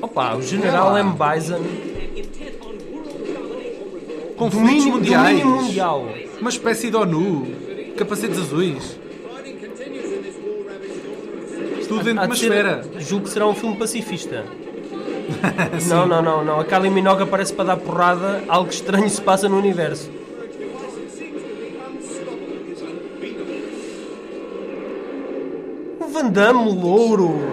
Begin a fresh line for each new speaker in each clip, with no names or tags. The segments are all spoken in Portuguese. Opa, o general M. Bison.
Conflitos
Domínio,
mundiais.
domínio Um tipo, mundial.
Uma espécie de ONU. Capacetes azuis. Tudo dentro de
Há
uma
de ser-
esfera.
Julgo que será um filme pacifista. não, não, não, não. A Kylie Minogue aparece para dar porrada, algo estranho se passa no universo. O Van Damme, o louro.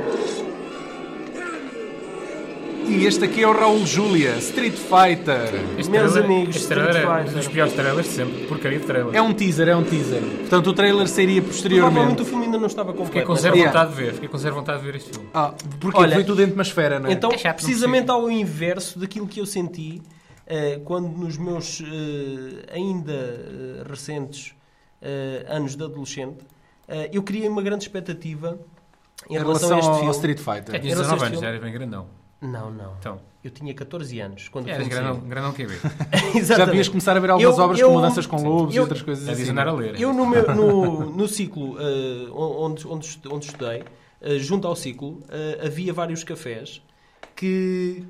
E este aqui é o Raul Júlia, Street Fighter.
Este
Meus
trailer-
amigos,
este trailer
Street
é um dos
Fighter.
piores trailers de sempre. Porcaria de trailer.
É um teaser, é um teaser. Portanto, o trailer sairia
Provavelmente
posteriormente.
o filme ainda não estava
Fiquei
completo. é
com zero
Yeah.
vontade de ver. Fiquei com zero vontade de ver este filme.
Ah, porque
Olha,
foi tudo dentro de uma esfera, não é?
Então,
É chato, não
precisamente ao inverso daquilo que eu senti eh, quando nos meus eh, ainda eh, recentes eh, anos de adolescente, eh, eu criei uma grande expectativa em,
em
relação, a este
ao
filme. É,
Street
Já
Fighter.
tinha
Eu não sei
19
se
anos,
filme-
já eras bem grandão.
Não, não.
Então,
Eu tinha 14 anos quando o
é,
eras
filme
grandão,
saiu.
grandão QB.
Já
Exatamente.
devias começar a ver algumas
Eu-
obras
eu-
com mudanças com lobos e
eu- É
outras coisas
Já
assim.
diz andar a ler.
Eu no, meu, no, no ciclo eh, onde, onde, estu- onde estudei, eh, junto ao ciclo, eh, havia vários cafés que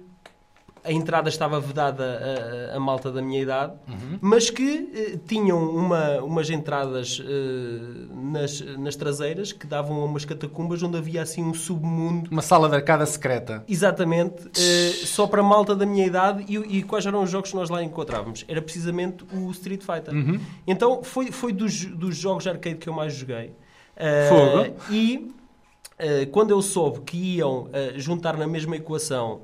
a entrada estava vedada a, a malta da minha idade, mas que eh, tinham uma, umas entradas eh, nas, nas traseiras que davam a umas catacumbas onde havia assim um submundo.
Uma sala de arcada secreta.
Exatamente, eh, só para a malta da minha idade e, e quais eram os jogos que nós lá encontrávamos? Era precisamente o Street Fighter. Então foi, foi dos, dos jogos arcade que eu mais joguei. Eh,
Fogo.
E eh, quando eu soube que iam eh, juntar na mesma equação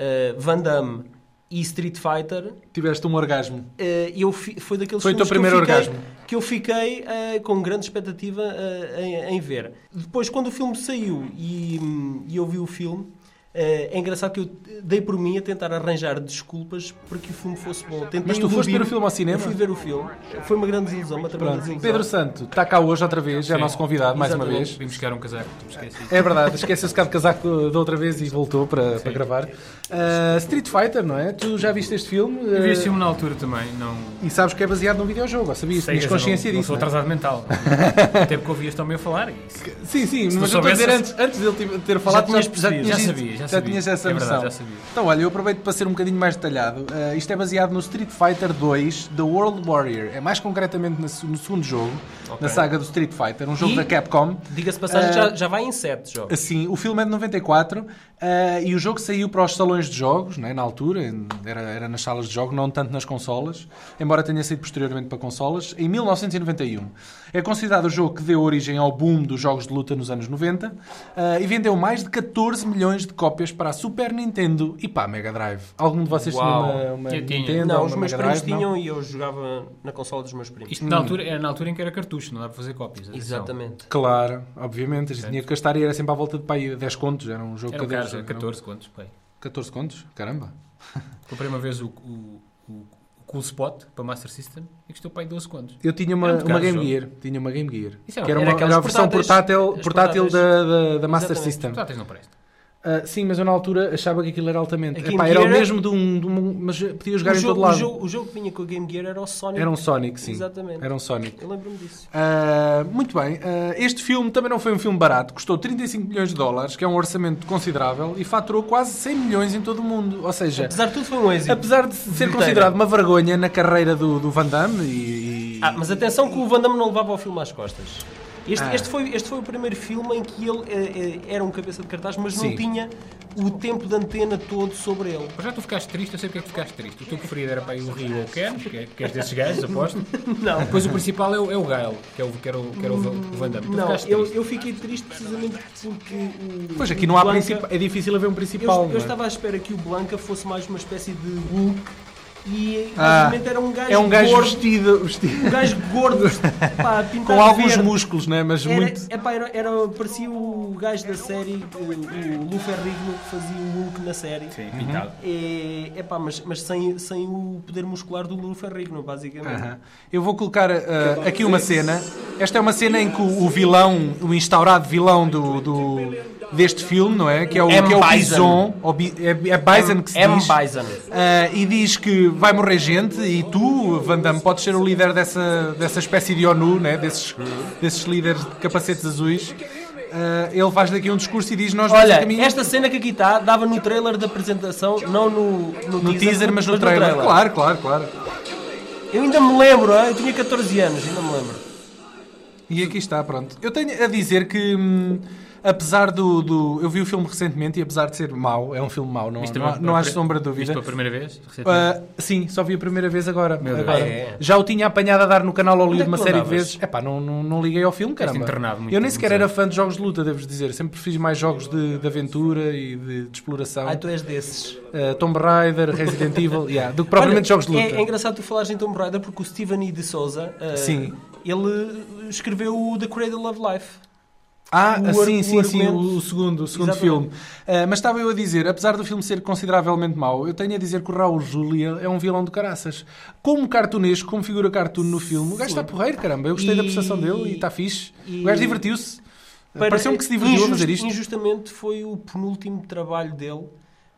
eh, Van Damme e Street Fighter,
Tiveste um orgasmo.
eh, eu fi- foi daqueles
Foi o teu
filmes que eu
primeiro
fiquei-
orgasmo.
que eu fiquei eh, com grande expectativa eh, em, em ver. Depois, quando o filme saiu e, hum, e eu vi o filme, eh, é engraçado que eu dei por mim a tentar arranjar desculpas para que o filme fosse bom. Tentei
Mas tu foste
iludir-me.
ver o filme ao cinema?
Eu fui ver o filme. Foi uma grande desilusão, uma tremenda
Pronto.
desilusão.
Pedro Santo está cá hoje outra vez, é
Sim.
nosso convidado mais uma
Exatamente.
vez.
Vim buscar um casaco, tu me esqueces.
É verdade, esqueceu-se cá de casaco da outra vez e voltou para, para gravar. Ah, Street Fighter, não é? Tu já viste este filme?
Eu vi
Ah,
este filme na altura também. Não
E sabes que é baseado num videojogo, ou sabias?
sei,
Tinhas
eu
consciência
não, não
disso.
sou
não é?
atrasado mental. Até porque ouvias também a falar. e isso.
Sim, sim,
tu
mas eu estou a dizer
soubesses-
antes, antes dele te- ter falado,
tinhas percebido.
Já
ido-
sabia, já
já
sabia.
tinhas essa
É
noção.
verdade, já sabia.
Então, olha, eu aproveito para ser um bocadinho mais detalhado. Ah, isto é baseado no Street Fighter 2 The World Warrior. É mais concretamente na se- no segundo jogo, na saga do Street Fighter, um jogo
E-
da Capcom.
Diga-se de passagem,
Eh,
já, já vai em sete jogos.
Assim, o filme é de 94 ah, e o jogo saiu para os salões de jogos, né, na altura, em- era, era nas salas de jogo, não tanto nas consolas, embora tenha sido posteriormente para consolas, em 1991. É considerado o jogo que deu origem ao boom dos jogos de luta nos anos 90 ah, e vendeu mais de 14 milhões de cópias para a Super Nintendo e para a Mega Drive. Algum de vocês
Uau.
tinha uma, uma
Eu tinha.
Nintendo? ou
Não,
uma
os meus
Mega
primos
Drive, não? é
tinham e eu jogava na consola dos meus primos.
Isto
Hum.
na altura, era na altura em que era cartucho, não dá para fazer cópias. atenção.
Exatamente.
Claro, obviamente, a gente tinha que gastar e era sempre à volta de pá, aí 10 contos, era um jogo
Era um
cada-
caso,
eram
14 quantos, pai.
14 contos? Caramba.
Comprei uma vez o, o, o Cool Spot para Master System e custou pai 12 contos.
Eu tinha uma,
É um
Era muito
uma
caro o
Game
jogo.
Gear. Tinha uma Game Gear.
Isso era-
que era,
era
uma,
aquelas
era a versão
portáteis-
portátil,
as
portátil da, da, da Master
Exatamente.
System.
Portáteis não presta.
Ah, sim, mas eu na altura achava que aquilo era altamente.
A Game
Epá, era o
Gear-
mesmo de um, de um- Mas podia
O
jogar em todo
jogo, o
lado.
jogo- o jogo que vinha com o Game Gear era o Sonic.
Era um Sonic, sim.
Exatamente.
Era um Sonic.
Eu lembro-me disso.
Ah, muito bem, Ah, este filme também não foi um filme barato, custou 35 milhões de dólares, que é um orçamento considerável, e faturou quase 100 milhões em todo o mundo. Ou seja,
Apesar de tudo, foi um êxito.
apesar de ser
Bilheteira.
considerado uma vergonha na carreira do, do Van Damme, e, e-
Ah, mas atenção que o Van Damme não levava o filme às costas. Este,
Ah.
este foi, este foi o primeiro filme em que ele eh, eh, era um cabeça de cartaz, mas
Sim.
não tinha o tempo de antena todo sobre ele.
Mas já tu ficaste triste, eu sei porque é que ficaste triste. O teu preferido era para ir o Rio ou o Ken, que, é, que és desses gajos, aposto.
Não,
Depois o principal é o, é o Gael, que é o, que era o, que era o, Va- o Van Damme. Tu
não
ficaste
eu,
triste.
eu fiquei triste precisamente porque o.
pois aqui
o
não há
Blanca-
principal. É difícil haver um
Eu,
principal.
eu
não é?
estava à espera que o Blanca fosse mais uma espécie de Hulk e
Ah.
basicamente era um gajo,
É um gajo
gordo.
vestido, vestido-
Um gajo gordo pá, pintado
com
de
alguns
verde.
músculos, né? mas
Era,
muito.
epá, era, era- parecia o gajo da série, o, o Lou Ferrigno, que fazia o Hulk na série.
Sim, pintado.
É, epá, mas, mas sem, sem o poder muscular do Lou Ferrigno, basicamente.
Aham. Eu vou colocar ah, aqui uma cena. Esta é uma cena em que o, o vilão, o instaurado vilão do, do- deste filme, não é? Que é o,
M.
que é o
Bison.
Bison, ou Bi- é, é Bison que se
M.
diz.
Bison.
Ah, e diz que vai morrer gente e tu, Van Damme, podes ser o líder dessa, dessa espécie de ONU, né? desses, desses líderes de capacetes azuis. eh, ele faz daqui um discurso e diz: Nós vamos a
Olha,
caminho
esta cena que aqui está dava no trailer da apresentação, não no, no,
no teaser, mas no trailer. Claro, claro, claro.
Eu ainda me lembro, hein, eu tinha 14 anos, ainda me lembro.
E aqui está, pronto. Eu tenho a dizer que, hum, apesar do, do- Eu vi o filme recentemente e apesar de ser mau, é um filme mau, não,
Viste
não, há-
pela-
não
pela-
há sombra de dúvida.
Viste pela é primeira vez? recentemente?
Ah, sim, só vi a primeira vez agora.
Meu Deus.
Agora.
Ah, é?
Já o tinha apanhado a dar no canal
Onde é
Hollywood
que
uma
tu
série de
andavas?
vezes. Epá, não, não, não liguei ao filme, caramba.
internado muito
Eu nem
tempo,
sequer
muito
era fã de jogos de luta, devo dizer. Sempre fiz mais jogos de, de aventura e de, de exploração.
Ai, tu és desses.
Ah, Tomb Raider, Resident Evil, yeah, do que propriamente
Olha,
jogos de luta.
É, é engraçado tu falares em Tomb Raider porque o Steven E. de Souza, eh,
Sim.
ele escreveu o The Cradle of Life.
Ah,
O
ah,
ar-
sim,
o
sim, sim,
argumento-
o, o segundo, o segundo
Exatamente.
filme. Ah, mas estava eu a dizer, apesar do filme ser consideravelmente mau, eu tenho a dizer que o Raul Julia é um vilão de caraças. Como cartunesco, como figura cartoon no filme, o gajo está porreiro, caramba. Eu gostei da prestação
E-
dele e está fixe.
e-
O gajo divertiu-se.
Para-
Pareceu-me que se divertiu a
injust-
fazer isto.
Injustamente foi o penúltimo trabalho dele.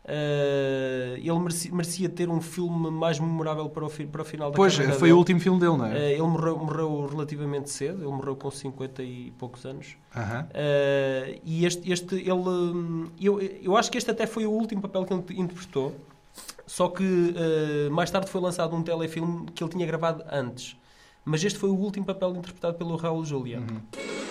Eh, ele mereci- merecia, ter um filme mais memorável para o, fi- para o final da
Pois,
carreira
foi
dele.
o último filme dele, não é?
Eh, ele morreu, morreu relativamente cedo, ele morreu com 50 e poucos anos.
Aham.
Eh, e este, este ele, hum, eu, eu acho que este até foi o último papel que ele te- interpretou. Só que eh, mais tarde foi lançado um telefilme que ele tinha gravado antes. Mas este foi o último papel interpretado pelo Raul Julia.
Uhum.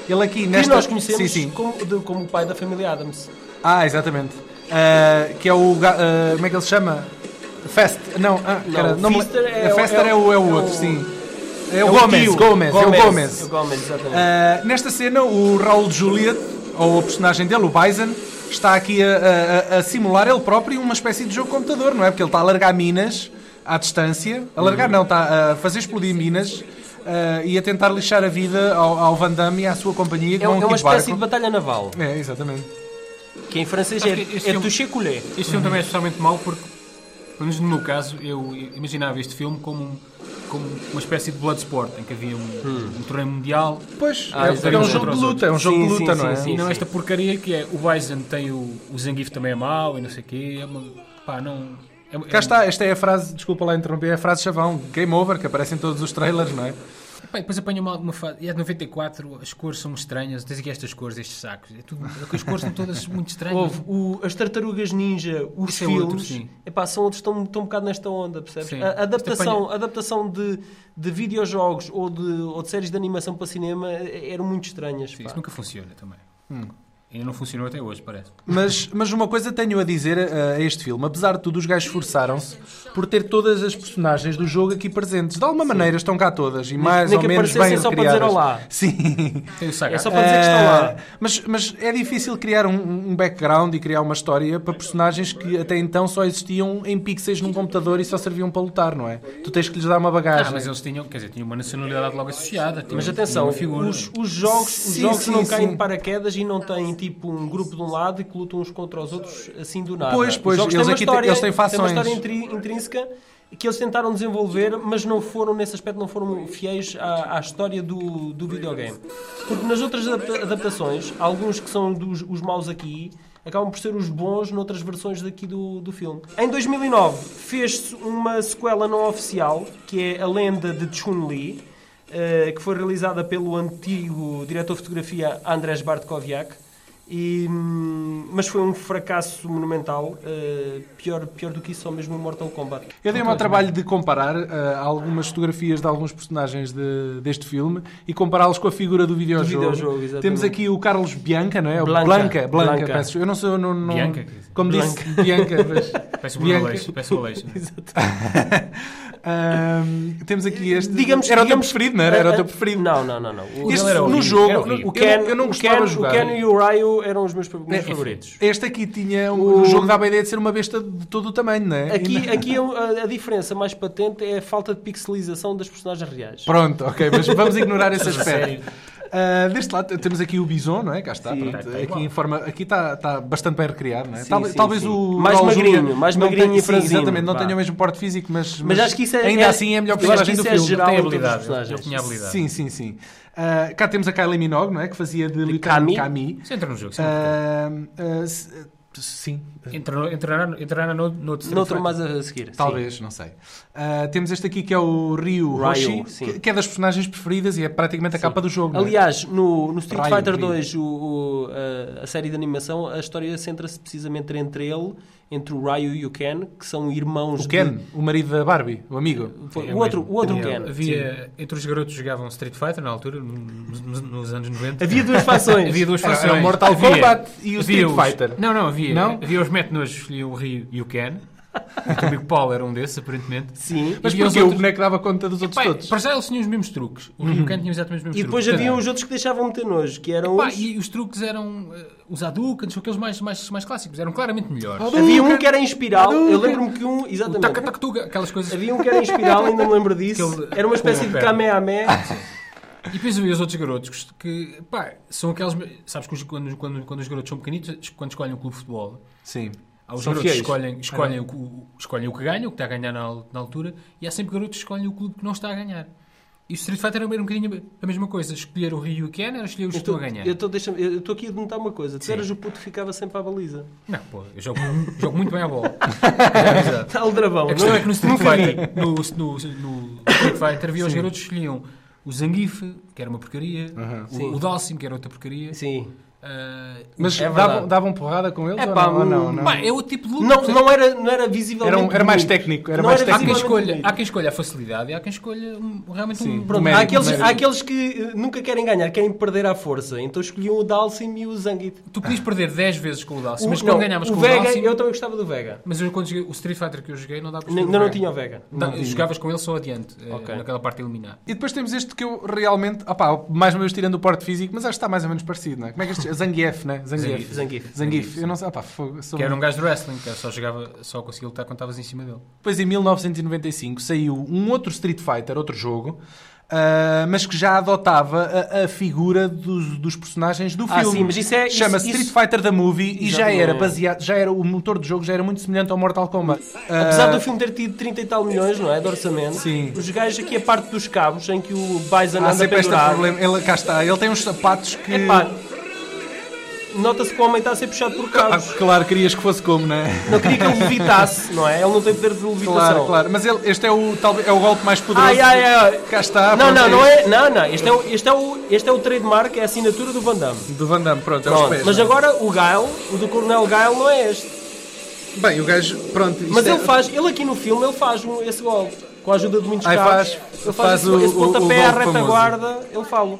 Ele aqui,
Que
nesta...
nós conhecemos
Sim, sim.
Como, de- como o pai da família Adams.
Ah, exatamente. Ah, que é o. ga- ah, como é que ele se chama? Fest. Não, ah,
Não,
cara, não me-
Fister é
a
o-
Fester
é
é
o-
o, é o
é o-
outro, sim. É o, Gomes,
tio.
Gomes, é o Gomes.
É o Gomes, exatamente.
Ah, nesta cena, o Raul Juliet, ou a personagem dele, o Bison, está aqui a, a- a- a simular ele próprio uma espécie de jogo de computador, não é? Porque ele está a largar minas à distância. A largar,
Uhum.
não, está a fazer explodir minas. ah, e a tentar lixar a vida ao, ao Van Damme e à sua companhia que
é,
vão
é uma
aqui de barco.
espécie de batalha naval.
É, exatamente.
Que em francês é,
Acho que este
é
filme-
touché coulé.
Este filme também é especialmente mau porque, pelo menos no meu caso, eu imaginava este filme como, um- como uma espécie de Bloodsport, em que havia um,
Hum.
um torneio mundial.
Pois,
Ah,
é,
exatamente.
é um jogo de luta, é um jogo
Sim,
de luta,
sim,
não é?
sim,
E não
sim.
esta porcaria que é o Bison tem o, o Zangief também é mau e não sei o quê. É uma, pá, não. É, é
Cá está, esta é a frase, desculpa lá interromper, é a frase chavão, game over, que aparece em todos os trailers, não é?
Pá, e depois apanha uma, uma fase. E é de 94, as cores são estranhas. Tens aqui estas cores, estes sacos. É tudo, as cores são todas muito estranhas.
Houve o- as Tartarugas Ninja, os
Isso é
filmes,
outro, sim.
epá, são outros estão, estão um bocado nesta onda, percebes?
Sim.
A- A adaptação, a adaptação de, de videojogos ou de, ou de séries de animação para cinema eh, eram muito estranhas.
Sim,
pá.
isso nunca funciona também.
Hum.
Ainda não funcionou até hoje, parece.
Mas, mas uma coisa tenho a dizer uh, a este filme. Apesar de tudo, os gajos esforçaram-se por ter todas as personagens do jogo aqui presentes. De alguma maneira estão cá todas e mais
nem
ou
é que
menos bem
aparecessem só para dizer
recriadas.
olá.
Sim.
Tem o Sagat.
É só para dizer que estão lá.
Uh, mas, mas é difícil criar um, um background e criar uma história para personagens que até então só existiam em pixels num computador e só serviam para lutar, não é? Tu tens que lhes dar uma bagagem.
Ah, mas eles tinham, quer dizer, tinham uma nacionalidade logo associada. tinham-
né? Mas
tinham
atenção,
uma figura.
os, os jogos, os
Sim,
jogos
sim,
não caem
sim.
de paraquedas e não têm tipo um grupo de um lado e que lutam uns contra os outros assim do nada.
Pois, pois,
os jogos têm
eles
uma
aqui têm-
história,
eles têm fações.
uma história intri- intrínseca que eles tentaram desenvolver, mas não foram, nesse aspecto, não foram fiéis à, à história do, do videogame. Porque nas outras adapta- adaptações, alguns que são dos, os maus aqui. Acabam por ser os bons noutras versões daqui do, do filme. Em 2009 fez-se uma sequela não oficial, que é A Lenda de Chun-Li, eh, que foi realizada pelo antigo diretor de fotografia Andrés Bartkoviak, e, hum, mas foi um fracasso monumental, eh, pior, pior do que isso, só mesmo o Mortal Kombat.
Eu dei-me ao trabalho de comparar ah, algumas fotografias de alguns personagens de- deste filme e compará-los com a figura do videojogo.
Do videojogo, exatamente.
Temos aqui o Carlos Bianca, não é? O
Blanca.
Blanca, Blanca,
Blanca.
peço. Eu não sou. Não, não-
Bianca, quer dizer.
Como disse, Bianca. mas-
Peço o Bruno
Bianca.
Aleixo. Peço o Aleixo.
Ahm, temos aqui este.
Digamos,
era o teu
digamos-
preferido, não era? Era o teu preferido.
Eh, Não, não, não. não. O,
Este,
dele era
no
horrível,
jogo,
era
no-
horrível.
o Ken, eu não
o
gostava
Ken-
de jogar.
O Ken e o Ryo eram os meus, meus favoritos.
Este aqui tinha. um- O...
O-
jogo dava a ideia de ser uma besta de todo o tamanho, não é?
Aqui, aqui é um- a, a diferença mais patente é a falta de pixelização das personagens reais.
Pronto, ok, mas vamos ignorar esse aspecto. Ah, deste lado temos aqui o Bison, não é? Cá está. pronto.
Está
aqui
igual.
em forma, aqui está, está bastante bem recriado, não é?
Tá, Sim,
Talve-
sim,
talvez
sim.
o
Mais
Raul Júlia
magrinho, mais
não
magrinho
tenha-
e
sim,
franzino.
Exatamente, não
Vá.
tenha o mesmo porte físico, mas,
Mas acho que isso é-
ainda
é-
assim é a melhor
eu acho
personagem
que
do
isso é
filme.
geral.
Tem
Não, todos os
habilidade.
personagens.
Ele tinha habilidade.
Sim, sim, sim. Ah, cá temos a Kylie Minogue, não é? Que fazia de, de
Kami.
Kami.
Ah.
Isso entra no jogo. sim.
Ah, ah, se- Sim,
Entrará entrar, entrar no, no terceiro
Noutro
frame.
mais a seguir. sim.
Talvez, não sei. Ah, temos este aqui que é o Ryu
Ryu,
Roshi,
sim.
que, que é das personagens preferidas e é praticamente a capa do jogo. não é?
Aliás, no, no Street
Raio,
Fighter
querido.
2, o, o, a, a série de animação, a história centra-se precisamente entre ele, entre o Ryu e o Ken, que são irmãos de-
o Ken, o marido da Barbie, o amigo.
Foi-
É
o outro,
mesmo.
o outro
Havia-
Ken.
Havia, entre os garotos que jogavam Street Fighter na altura, nos, nos- nos anos 90.
Havia duas fações.
Havia duas
Era- era
fações.
o Mortal
Havia-
Kombat e o
havia
Street
os-
Fighter.
Não, não, havia.
Não?
Havia os metnojos que escolhiam o Ryu e o Ken. O Big Paul era um desses, aparentemente.
Sim.
Mas
E
porquê?
os
O
outros-
boneco dava conta dos outros
Pai,
todos.
para já eles tinham os mesmos truques. O Ryu e o Ken tinham exatamente os mesmos
E depois
truques.
havia os outros que deixavam meter nojo, que eram
Pá,
os...
e os truques eram eh, os Hadoukens, aqueles mais, mais, mais clássicos, eram claramente melhores.
Hadouken.
Havia um que era em espiral,
Hadouken.
eu lembro-me que um...
O
Exatamente.
taca-taca-tuga, aquelas coisas.
Havia um que era em espiral, ainda me lembro disso.
Aquele-
Era uma espécie
com
de
a perna. Ah,
Kamehameha.
E depois havia os outros garotos que, que, pá, são aqueles. Sabes que os- quando, quando, quando os garotos são pequenitos, quando escolhem o clube de futebol,
Sim.
há os
São
garotos que
fiéis.
escolhem, escolhem, o, que- o- escolhem o que ganha, o que está a ganhar na, al- na altura, e há sempre garotos que escolhem o clube que não está a ganhar. E o Street Fighter era um bocadinho a mesma coisa. Escolher o Ryu e o Ken era escolher os que estão a ganhar.
Eu tô- deixa-me- eu estou aqui a notar uma coisa. Tu eras o puto que ficava sempre à baliza.
Não, pô, eu jogo, jogo muito bem à bola.
Está o dravão.
A questão
não-
é que no Street
nunca vi.
Fighter, no, no, no Street Fighter havia os garotos que escolhiam o Zangief, que era uma porcaria,
Sim.
o, o Dalsim, que era outra porcaria.
Sim.
ah,
Mas
É
davam,
verdade.
davam porrada com eles
É
ou
pá,
não? Ou não,
hum,
não?
Pá, é o tipo de luta.
Não,
percebes?
não era, não era visivelmente
Era um- era mais
bonito.
técnico, era
Não
mais
Há quem,
visivelmente
escolha,
bonito.
há quem escolha a facilidade e há quem escolha um- realmente
Sim.
um.
Pronto,
Médio,
há, aqueles,
médio.
há aqueles que eh, nunca querem ganhar, querem perder à força. Então escolhiam o Dalsim e o Zangief.
Tu podias perder 10 vezes com o Dalsim, mas
Ah. O-
quando
não,
ganhavas
o
com
Vega,
o Dalsim.
eu também gostava do Vega.
Mas eu, quando joguei, o Street Fighter que eu joguei não dá para
N- Ainda não tinha o Vega.
Tá, Jogavas com ele só adiante, eh,
Ok.
naquela parte eliminar.
E depois temos este que eu realmente, opá, mais uma vez tirando o porte físico, mas acho que está mais ou menos parecido, não é? Como é que este Zangief, né? Zangief.
Zangief. Zangief.
Zangief. Eu não sei, opá, fogo, sou
Que era um gajo de wrestling, que só, jogava, só conseguia lutar quando estavas em cima dele.
Depois em 1995 saiu um outro Street Fighter, outro jogo, ah, mas que já adotava a, a figura dos, dos personagens do
Ah,
filme.
sim, mas isso é- isso-
Chama-se
isso-
Street Fighter da Movie e já
Exatamente.
era baseado, já era o motor do jogo, já era muito semelhante ao Mortal Kombat. Ah,
Apesar do filme ter tido 30 e tal milhões, não é? De orçamento.
Sim.
Os gajos aqui, a parte dos cabos, em que o Bison
Há
anda
sempre este
pendurado.
problema. Ele, cá está, ele tem uns sapatos que.
Epá, nota-se que o homem está a ser puxado por
Ah,
cabos.
claro, querias que fosse como, não é?
Não queria que ele levitasse, não é? Ele não tem poder de levitação.
Claro, claro. Mas ele- este é o, talvez, é o golpe mais poderoso.
Ai, ai, ai.
Cá está.
não,
Ah,
não,
pronto,
não
isto.
é. Não, não. Este é o, este é o, este é o trademark, é a assinatura do Van Damme.
Do Van Damme, pronto, é aos
Pronto,
pés.
mas
não é?
agora o Gael, o do Coronel Gael, não é este.
Bem, o gajo, pronto. isto
Mas
é-
ele faz, ele aqui no filme, ele faz um- esse gol. Com a ajuda de muitos
Ai,
carros.
faz-
ele faz,
faz
esse,
o-
esse
o- o
pontapé à
gol famoso.
retaguarda, ele fala.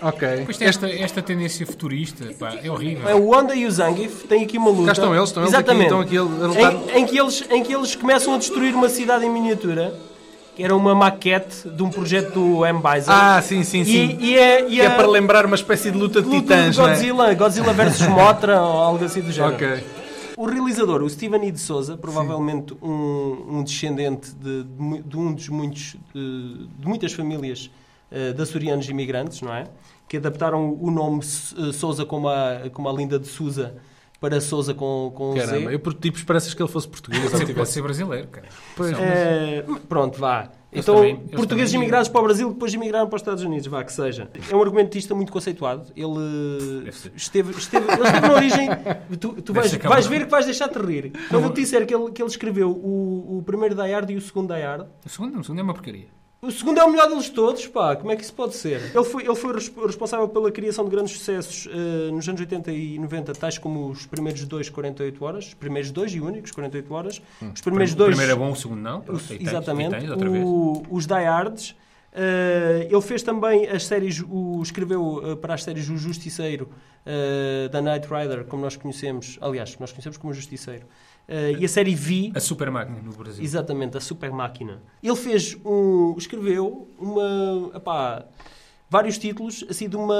Ok.
Depois tem esta, esta tendência futurista, pá, é horrível.
É o Honda e o Zangief têm aqui uma luta.
Cá estão eles, estão eles aqui,
Exatamente.
estão aqui a lutar.
Em, em que eles, em que eles começam a destruir uma cidade em miniatura, que era uma maquete de um projeto do M. Bison.
Ah, sim, sim,
e,
sim.
e é, e
Que é para lembrar uma espécie de luta de
luta
titãs,
de
não é?
Godzilla, Godzilla versus Motra ou algo assim do género.
Ok.
O realizador, o Steven E. de Souza, provavelmente um, um descendente de, de mu- de um dos muitos, eh, de, muitas famílias eh, de açorianos imigrantes, não é? Que adaptaram o nome S- eh, Souza como a, como a linda de Souza para Souza com, com um
Caramba,
Z.
eu por tipo esperanças que ele fosse português. tipo ou
Pode ser, pode
tivesse-
ser brasileiro, cara.
Pois.
Eh, pronto, vá.
Eles
Então,
também- eles
portugueses
também-
imigrados para o Brasil, depois imigraram para os Estados Unidos, vá, que seja. É um argumentista muito conceituado. Ele eh,
Deve ser.
esteve, esteve, ele esteve na origem. Tu, tu vais,
ser é
vais
calma.
ver que vais deixar-te rir. Quando eu te disser que ele, que ele escreveu o, o primeiro Dayard e o segundo Dayard,
O segundo, o segundo é uma porcaria.
o segundo é o melhor deles todos, pá, como é que isso pode ser? Ele foi, ele foi resp- responsável pela criação de grandes sucessos eh, nos anos 80 e 90, tais como os primeiros dois 48 horas, os primeiros dois e únicos 48 horas, os primeiros
o
dois.
primeiro é bom, o segundo não.
Os-
Pronto, aí tens,
exatamente.
aí tens, outra vez.
O- os Die Hards. Eh, ele fez também as séries, o, escreveu eh, para as séries O Justiceiro eh, da Knight Rider, como nós conhecemos, aliás, nós conhecemos como Justiceiro, Eh, e a série V,
A super máquina no Brasil.
exatamente, a Super Máquina. Ele fez um, escreveu uma, epá, vários títulos, assim, de uma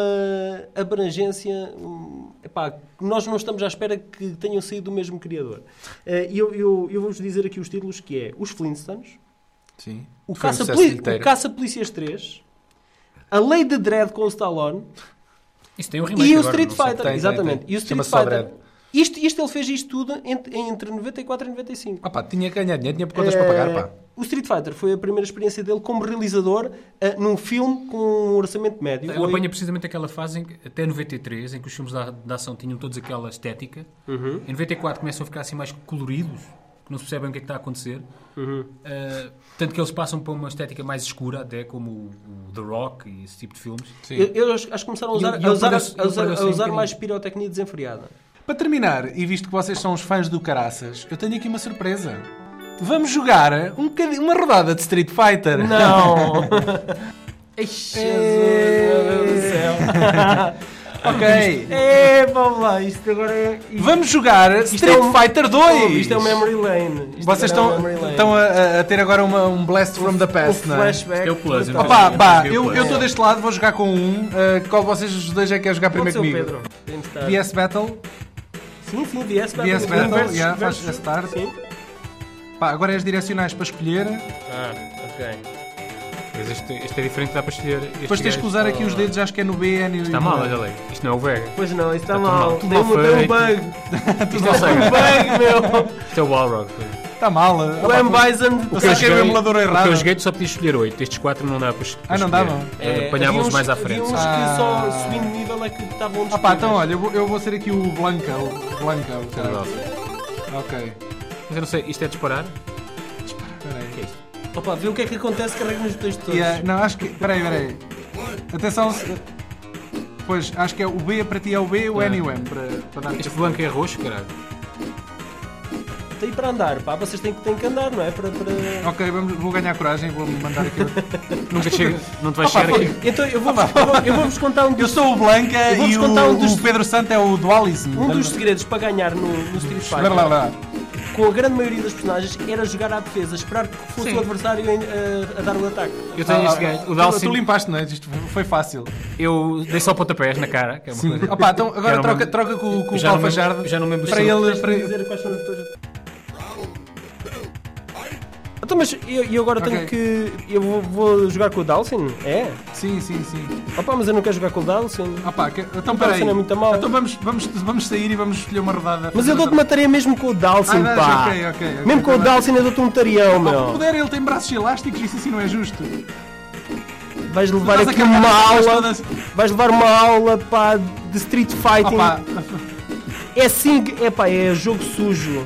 abrangência, hum, epá, que nós não estamos à espera que tenham saído do mesmo criador. Eh, E eu, eu, eu vou-vos dizer aqui os títulos, que é Os Flintstones,
Sim.
o
Foi um
Caça,
sucesso
Poli-
inteiro.
o Caça Polícias 3, a Lei de Dread com o Stallone
Isso tem um remake
e o
agora,
Street
não sei.
Fighter.
Tem, tem,
Exatamente.
tem.
E o Street
Chama-se só
Fighter.
Dread.
Isto, isto ele fez isto tudo entre, entre 94 e 95.
Ah pá, tinha que ganhar dinheiro, tinha contas para pagar, pá.
Eh, O Street Fighter foi a primeira experiência dele como realizador eh, num filme com um orçamento médio.
Ele
Foi-
apanha precisamente aquela fase, em que- até 93, em que os filmes da, da ação tinham todos aquela estética.
Uhum.
Em 94 começam a ficar assim mais coloridos, que não se percebem o que é que está a acontecer.
Uhum.
Ah, tanto que eles passam para uma estética mais escura, até como o, o The Rock e esse tipo de filmes.
Eu, eu acho, acho que começaram a usar,
E- e
a usar,
ele perdeu-se-
a usar,
ele perdeu-se
a usar
um
mais pirotecnia desenfreada.
Eh, Para terminar, e visto que vocês são os fãs do Caraças, eu tenho aqui uma surpresa. Vamos jogar um bocadi- uma rodada de Street Fighter. Eh,
Não!
Ok.
É, vamos lá, isto agora é. Isto,
Vamos jogar Street
é um-
Fighter 2.
isto é o memory lane. Isto
Vocês
agora é
estão,
o memory lane.
estão a- a, a ter agora uma- um blast from the past,
o
não é?
flashback.
Isto é o plus,
Tá
total.
não é?
Opa, pá,
Joguei
eu
o Plus.
estou deste lado, vou jogar com um. Ah, qual de vocês os dois é que quer jogar
Pode
primeiro
ser o
comigo?
Pedro. Tem de estar.
BS Battle.
Sim, sim, VS Battle.
VS Battle,
versus-
yeah, faz
versus-
start.
Sim.
Pá, agora é as direcionais para escolher.
Ah, ok.
Mas este, este é diferente, dá para escolher. Este
Depois tens que
gajo. tá-
usar aqui os dedos, acho que é no B, é no
Está mal, olha ali. Isto não é o Vega.
Pois não, isto está
Está tudo
mal.
mal, tudo
Tem um-
mal
tem um
feito.
bug.
Isto
é
não sei.
Bug,
Isto é o Balrog.
Está mal. ah,
meu. O
pá,
M. Bison.
Vocês querem é o emulador
O que
errado.
eu joguei tu só podias escolher 8. Estes 4 não dá para escolher.
Ah, não davam?
É, havia
Apanhavam-os
uns-
mais à
Havia
frente.
uns
Ah.
que só subindo nível é que estavam
Ah
disponíveis.
pá, então olha, eu vou, eu vou ser aqui o Blanca, o Blanca, o cara.
Mas
Ok,
eu não sei, isto é disparar?
peraí.
Opa, vê o que é que acontece, carrega nos botões todos.
Yeah, eh, não, acho que. Peraí, peraí. Atenção. se- Pois, acho que é o B para ti é o B e o N e o M para, para dar.
Este blanco é roxo, caralho.
Tem para andar, pá, vocês têm que, têm que andar, não é? Para, para...
Ok, vamos, vou ganhar coragem, vou mandar aqui.
Nunca chega, não te vais chegar aqui.
Então eu vou-vos eu vou- eu vou-vos contar um
Eu
dos,
sou o Blanca
Eu vou-vos
e o,
contar um dos-
o Pedro Santo é o Dualism.
um dos segredos para ganhar no, no Street
Lá, lá,
Fighter.
lá.
Com a grande maioria das personagens era jogar à defesa, esperar que fosse o adversário em- eh, a, a dar o ataque.
Eu tenho
Ah,
este
lá.
gajo. O
Tu- Tu
Dalsim,
limpaste, não é? Isto foi fácil.
eu dei só pontapés na cara, que é uma coisa.
Opa, então agora
Era
troca,
uma-
troca com, com o
Já não me-
Alfajardo
já não me lembro
para
disso.
ele. Para...
Dizer quais são os botões. Então, mas eu, eu agora tenho
Ok.
que. Eu vou, vou jogar com o Dalsin? É?
Sim, sim, sim.
Opa, mas eu não quero jogar com o Dalsin.
Opa, que... então
Então,
peraí.
cena muito mal.
Então vamos, vamos, vamos sair e vamos escolher uma rodada.
Mas eu dou-te uma tareia mesmo com o Dalsin,
Ah, dás,
pá.
ok, ok, ok,
mesmo com
tá
o
bem.
Dalsin eu dou-te um tarião,
Oh,
meu.
puder, ele tem braços elásticos, isso assim não é justo.
Vais levar
Estás
aqui
a cagar
uma
nas
aula.
todas.
Vais levar uma aula, pá, de Street Fighting.
Opa,
É assim que. É pá, é jogo sujo.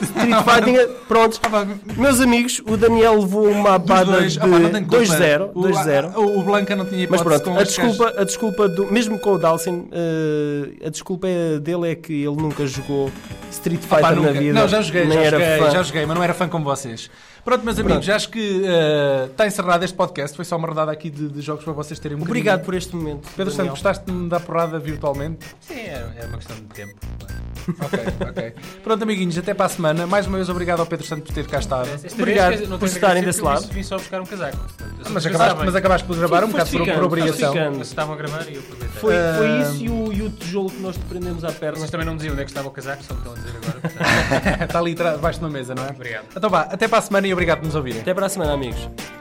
Street Fighting. é- Prontos.
opa,
Meus amigos, o Daniel levou uma
dos
abada
dois,
de
opa, não tenho culpa. né?
2-0.
O-
2-0.
a- O, o Blanca não tinha
Mas
hipótese
pronto,
com
a
este gajo.
desculpa, a desculpa do, mesmo com o Dalsin, eh, a desculpa é- dele é que ele nunca jogou Street Fighter
Pá,
na
nunca.
vida.
Não, já joguei,
nem
já,
era
joguei
fã.
já joguei, mas não era fã como vocês. Pronto, meus amigos, acho que eh, está encerrado este podcast. Foi só uma rodada aqui de, de jogos para vocês terem um bocadinho-
Obrigado por este momento.
Pedro Santos,
Daniel.
gostaste de me dar porrada virtualmente?
Sim, é, é uma questão de tempo.
Ok, ok. Pronto, amiguinhos, até para a semana. Mais uma vez, obrigado ao Pedro Santos por ter cá estado.
É,
Obrigado por estarem desse lado.
Vim só buscar um casaco.
Ah,
tá
Mas acabaste, mas acabaste por gravar um
Sim,
bocado
foste
por, por
ficando,
obrigação.
foste ficando.
estavam a gravar e eu aproveitei.
Foi, foi
Ah,
isso e o, e o tijolo que nós te prendemos à perna.
Vocês também não diziam onde é que estava o casaco, só me estão a dizer agora. portanto.
Está ali atrás, debaixo de uma mesa, não é?
Obrigado.
Então vá, até para a semana e obrigado por nos ouvirem.
Até para a semana, amigos.